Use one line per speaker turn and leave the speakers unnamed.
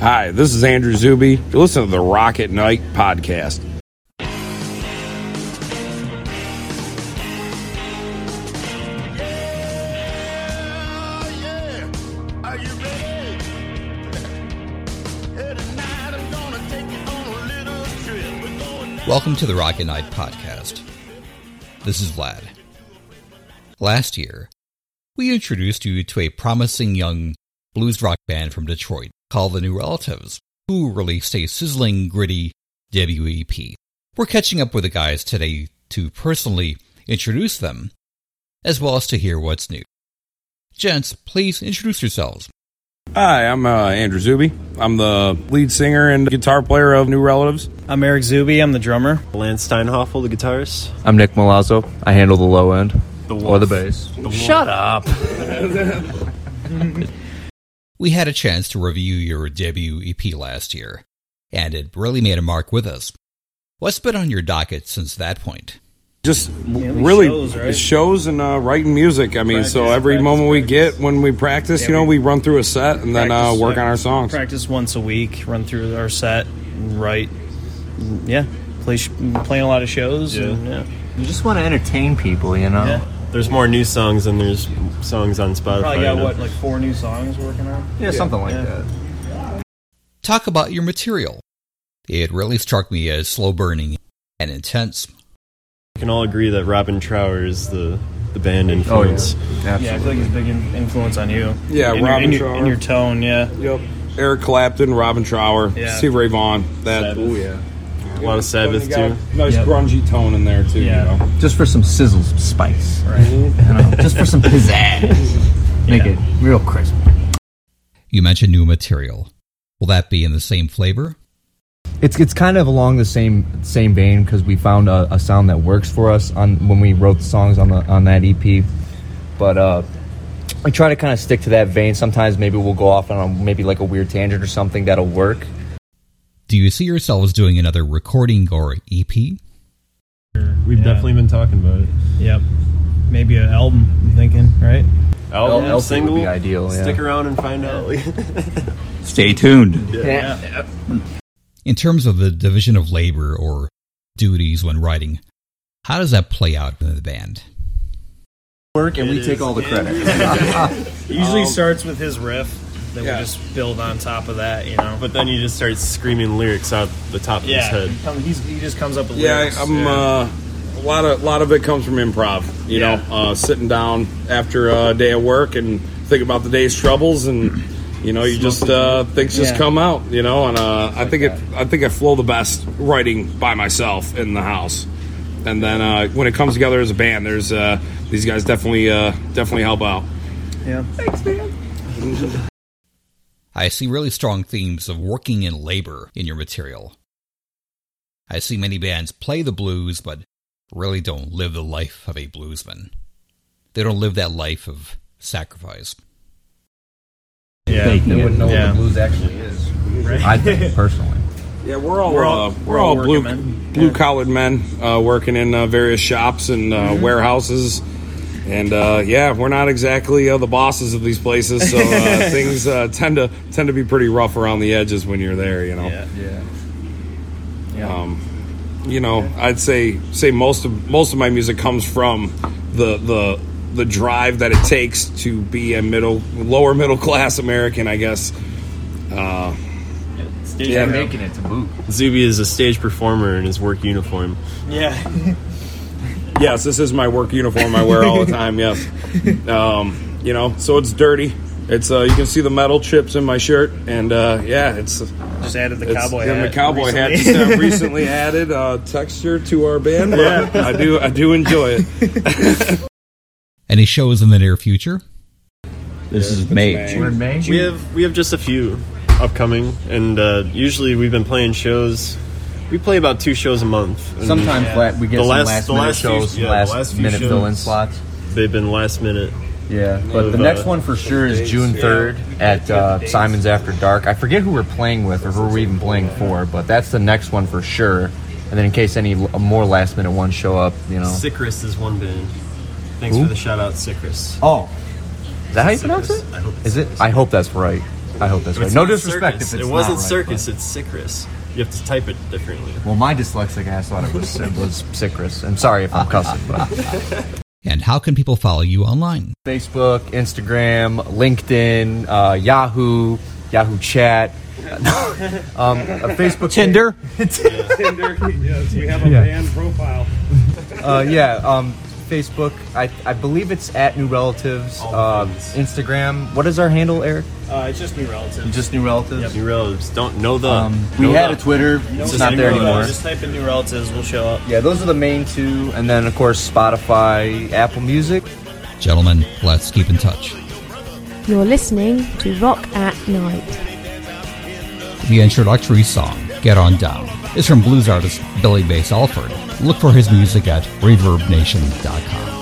Hi, this is Andrew Zuby. You listen to the Rocket Night podcast.
Welcome to the Rocket Night podcast. This is Vlad. Last year, we introduced you to a promising young blues rock band from Detroit called The New Relatives, who released a sizzling, gritty WEP. We're catching up with the guys today to personally introduce them, as well as to hear what's new. Gents, please introduce yourselves.
Hi, I'm uh, Andrew Zuby. I'm the lead singer and guitar player of New Relatives.
I'm Eric Zuby. I'm the drummer.
Lance Steinhoffel, the guitarist.
I'm Nick Malazzo. I handle the low end or
wolf.
the bass.
Shut up.
We had a chance to review your WEP last year, and it really made a mark with us. What's been on your docket since that point?
Just
we
really
shows, right?
shows and uh, writing music. I mean, so
Practice,
every
practice,
moment we
practice.
get when we practice, you know,
we-
we, run through a set and then uh,
Practice,
work on
yeah.
our songs.
Practice once a week, run through our set, write. Yeah, play sh- playing a lot of shows.
Yeah.
And, yeah.
You just want to entertain people, you know?
Yeah.
There's more new songs than there's songs on Spotify.
Probably got
now.
what like four new songs working on.
something like
Yeah.
that.
Talk about your material. It really struck me as slow burning and intense.
We can all agree that Robin Trower is the,
Oh,
the band influence.
Yeah, I feel like it's a big in- influence on you.
Yeah,
in your,
Robin
in, your,
Trower.
in your tone. Yeah,
Yep. Eric Clapton, Robin Trower,
Yeah.
Steve Ray Vaughan. That
Sabbath.
Ooh, yeah.
A lot of Sabbath,
Got a
too.
Nice
Yep.
grungy tone in there too.
Yeah.
You know?
Just for some sizzle, some spice.
Right.
You know, just for some pizzazz. Make it real crisp.
You mentioned new material. Will that be in the same flavor?
It's it's kind of along the same same vein because we found a, a sound that works for us on when we wrote the songs on the on that EP, but uh, we try to kind of stick to that vein. Sometimes maybe we'll go off on a, maybe like a weird tangent or something that'll work.
Do you see yourselves doing another recording or E EP?
We've
Yeah.
definitely been talking about it.
Yep. Maybe an album. I'm thinking. Right.
Album,
LP would
single.
be ideal, yeah.
Stick around and find out.
Stay tuned.
In terms of the division of labor or duties when writing, how does that play out in the band?
Work and we take all the credit.
It usually starts with his riff. Then
Um, yeah.
we just build on top of that. You know.
but then you just start screaming lyrics out the top of his
yeah,
head.
he, come- he's, he just comes up with
Yeah,
lyrics.
I'm uh, a lot of lot of it comes from improv. You
Yeah.
know, uh, sitting down after a day of work and think about the day's troubles, and you know, you just uh, things just
Yeah.
come out. You know, and uh, I think it I think I flow the best writing by myself in the house, and then uh, when it comes together as a band, there's uh, these guys definitely uh, definitely help out.
yeah.
I see really strong themes of working in labor in your material. I see many bands play the blues, but really don't live the life of a bluesman. They don't live that life of sacrifice.
Yeah.
They wouldn't know
Yeah.
what the blues actually is.
Right.
I think personally.
Yeah, we're all
We're
we're
all- uh,
all,
we're
we're
all
all
working
blue
men.
blue collared men uh, working in uh, various shops and uh,
Mm-hmm.
warehouses, and uh, yeah, we're not exactly uh, the bosses of these places, so uh, things uh, tend to tend to be pretty rough around the edges when you're there, you know.
Yeah.
Um, you know, I'd say say most of most of my music comes from the the the drive that it takes to be a middle lower middle class American, I guess. Uh, yeah,
it to boot.
Zuby is a stage performer in his work uniform.
Yeah.
Yes, this is my work uniform I wear all the time. Yes, um, you know, so it's dirty. It's uh, you can see the metal chips in my shirt, and uh, yeah, it's
Just added the
it's-
cowboy
yeah,
hat.
The cowboy hat
recently.
just, uh, recently added uh, texture to our band.
Yeah.
But I do, I do enjoy it.
Any shows in the near future?
This is May.
May.
We have we have just a few upcoming, and uh, usually we've been playing shows. We play about two shows a month. and
Sometimes
Yeah.
la- we get
The
some
last-
last,
the
minute
last few-
shows, some
yeah, the
last,
last few
minute fill in
shows.
slots.
they've been last minute.
Yeah, but the
Of,
next
uh,
one for sure is June third at uh, Simon's After Dark. I forget who we're playing with or who we're even playing for, but that's the next one for sure. And then in case any l- more last minute ones show up, you know.
Sicris is one band. Thanks
Who?
for the shout out, Sicris.
Oh, is that how you pronounce it? Is it? I hope that's right. I hope that's right.
It's
No
not
disrespect
circus.
if it's
It wasn't
not right,
circus,
but-
it's Sicris. You have to type it differently.
Well, my dyslexic ass thought it was it was Sicris. I'm sorry if I'm cussing, but
And how can people follow you online?
Facebook, Instagram, LinkedIn, uh, Yahoo, Yahoo Chat, um, a Facebook,
Tinder.
Tinder, yes, we have a
Yeah.
band profile.
uh, yeah, um, Facebook. I, I believe it's at New Relatives.
All the
Uh,
things.
Instagram. What is our handle, Eric?
Uh, it's just new relatives.
Just New Relatives.
New relatives don't know the.
Um,
We
know
had
the-
a Twitter. It's
Just
not there
email
anymore.
us.
Just type in new relatives. We'll show up.
Yeah, those are the main two, and then of course Spotify, Apple Music.
Gentlemen, let's keep in touch.
You're listening to Rock at Night.
The introductory song, Get On Down, is from blues artist Billy Bass Alford. Look for his music at ReverbNation.com.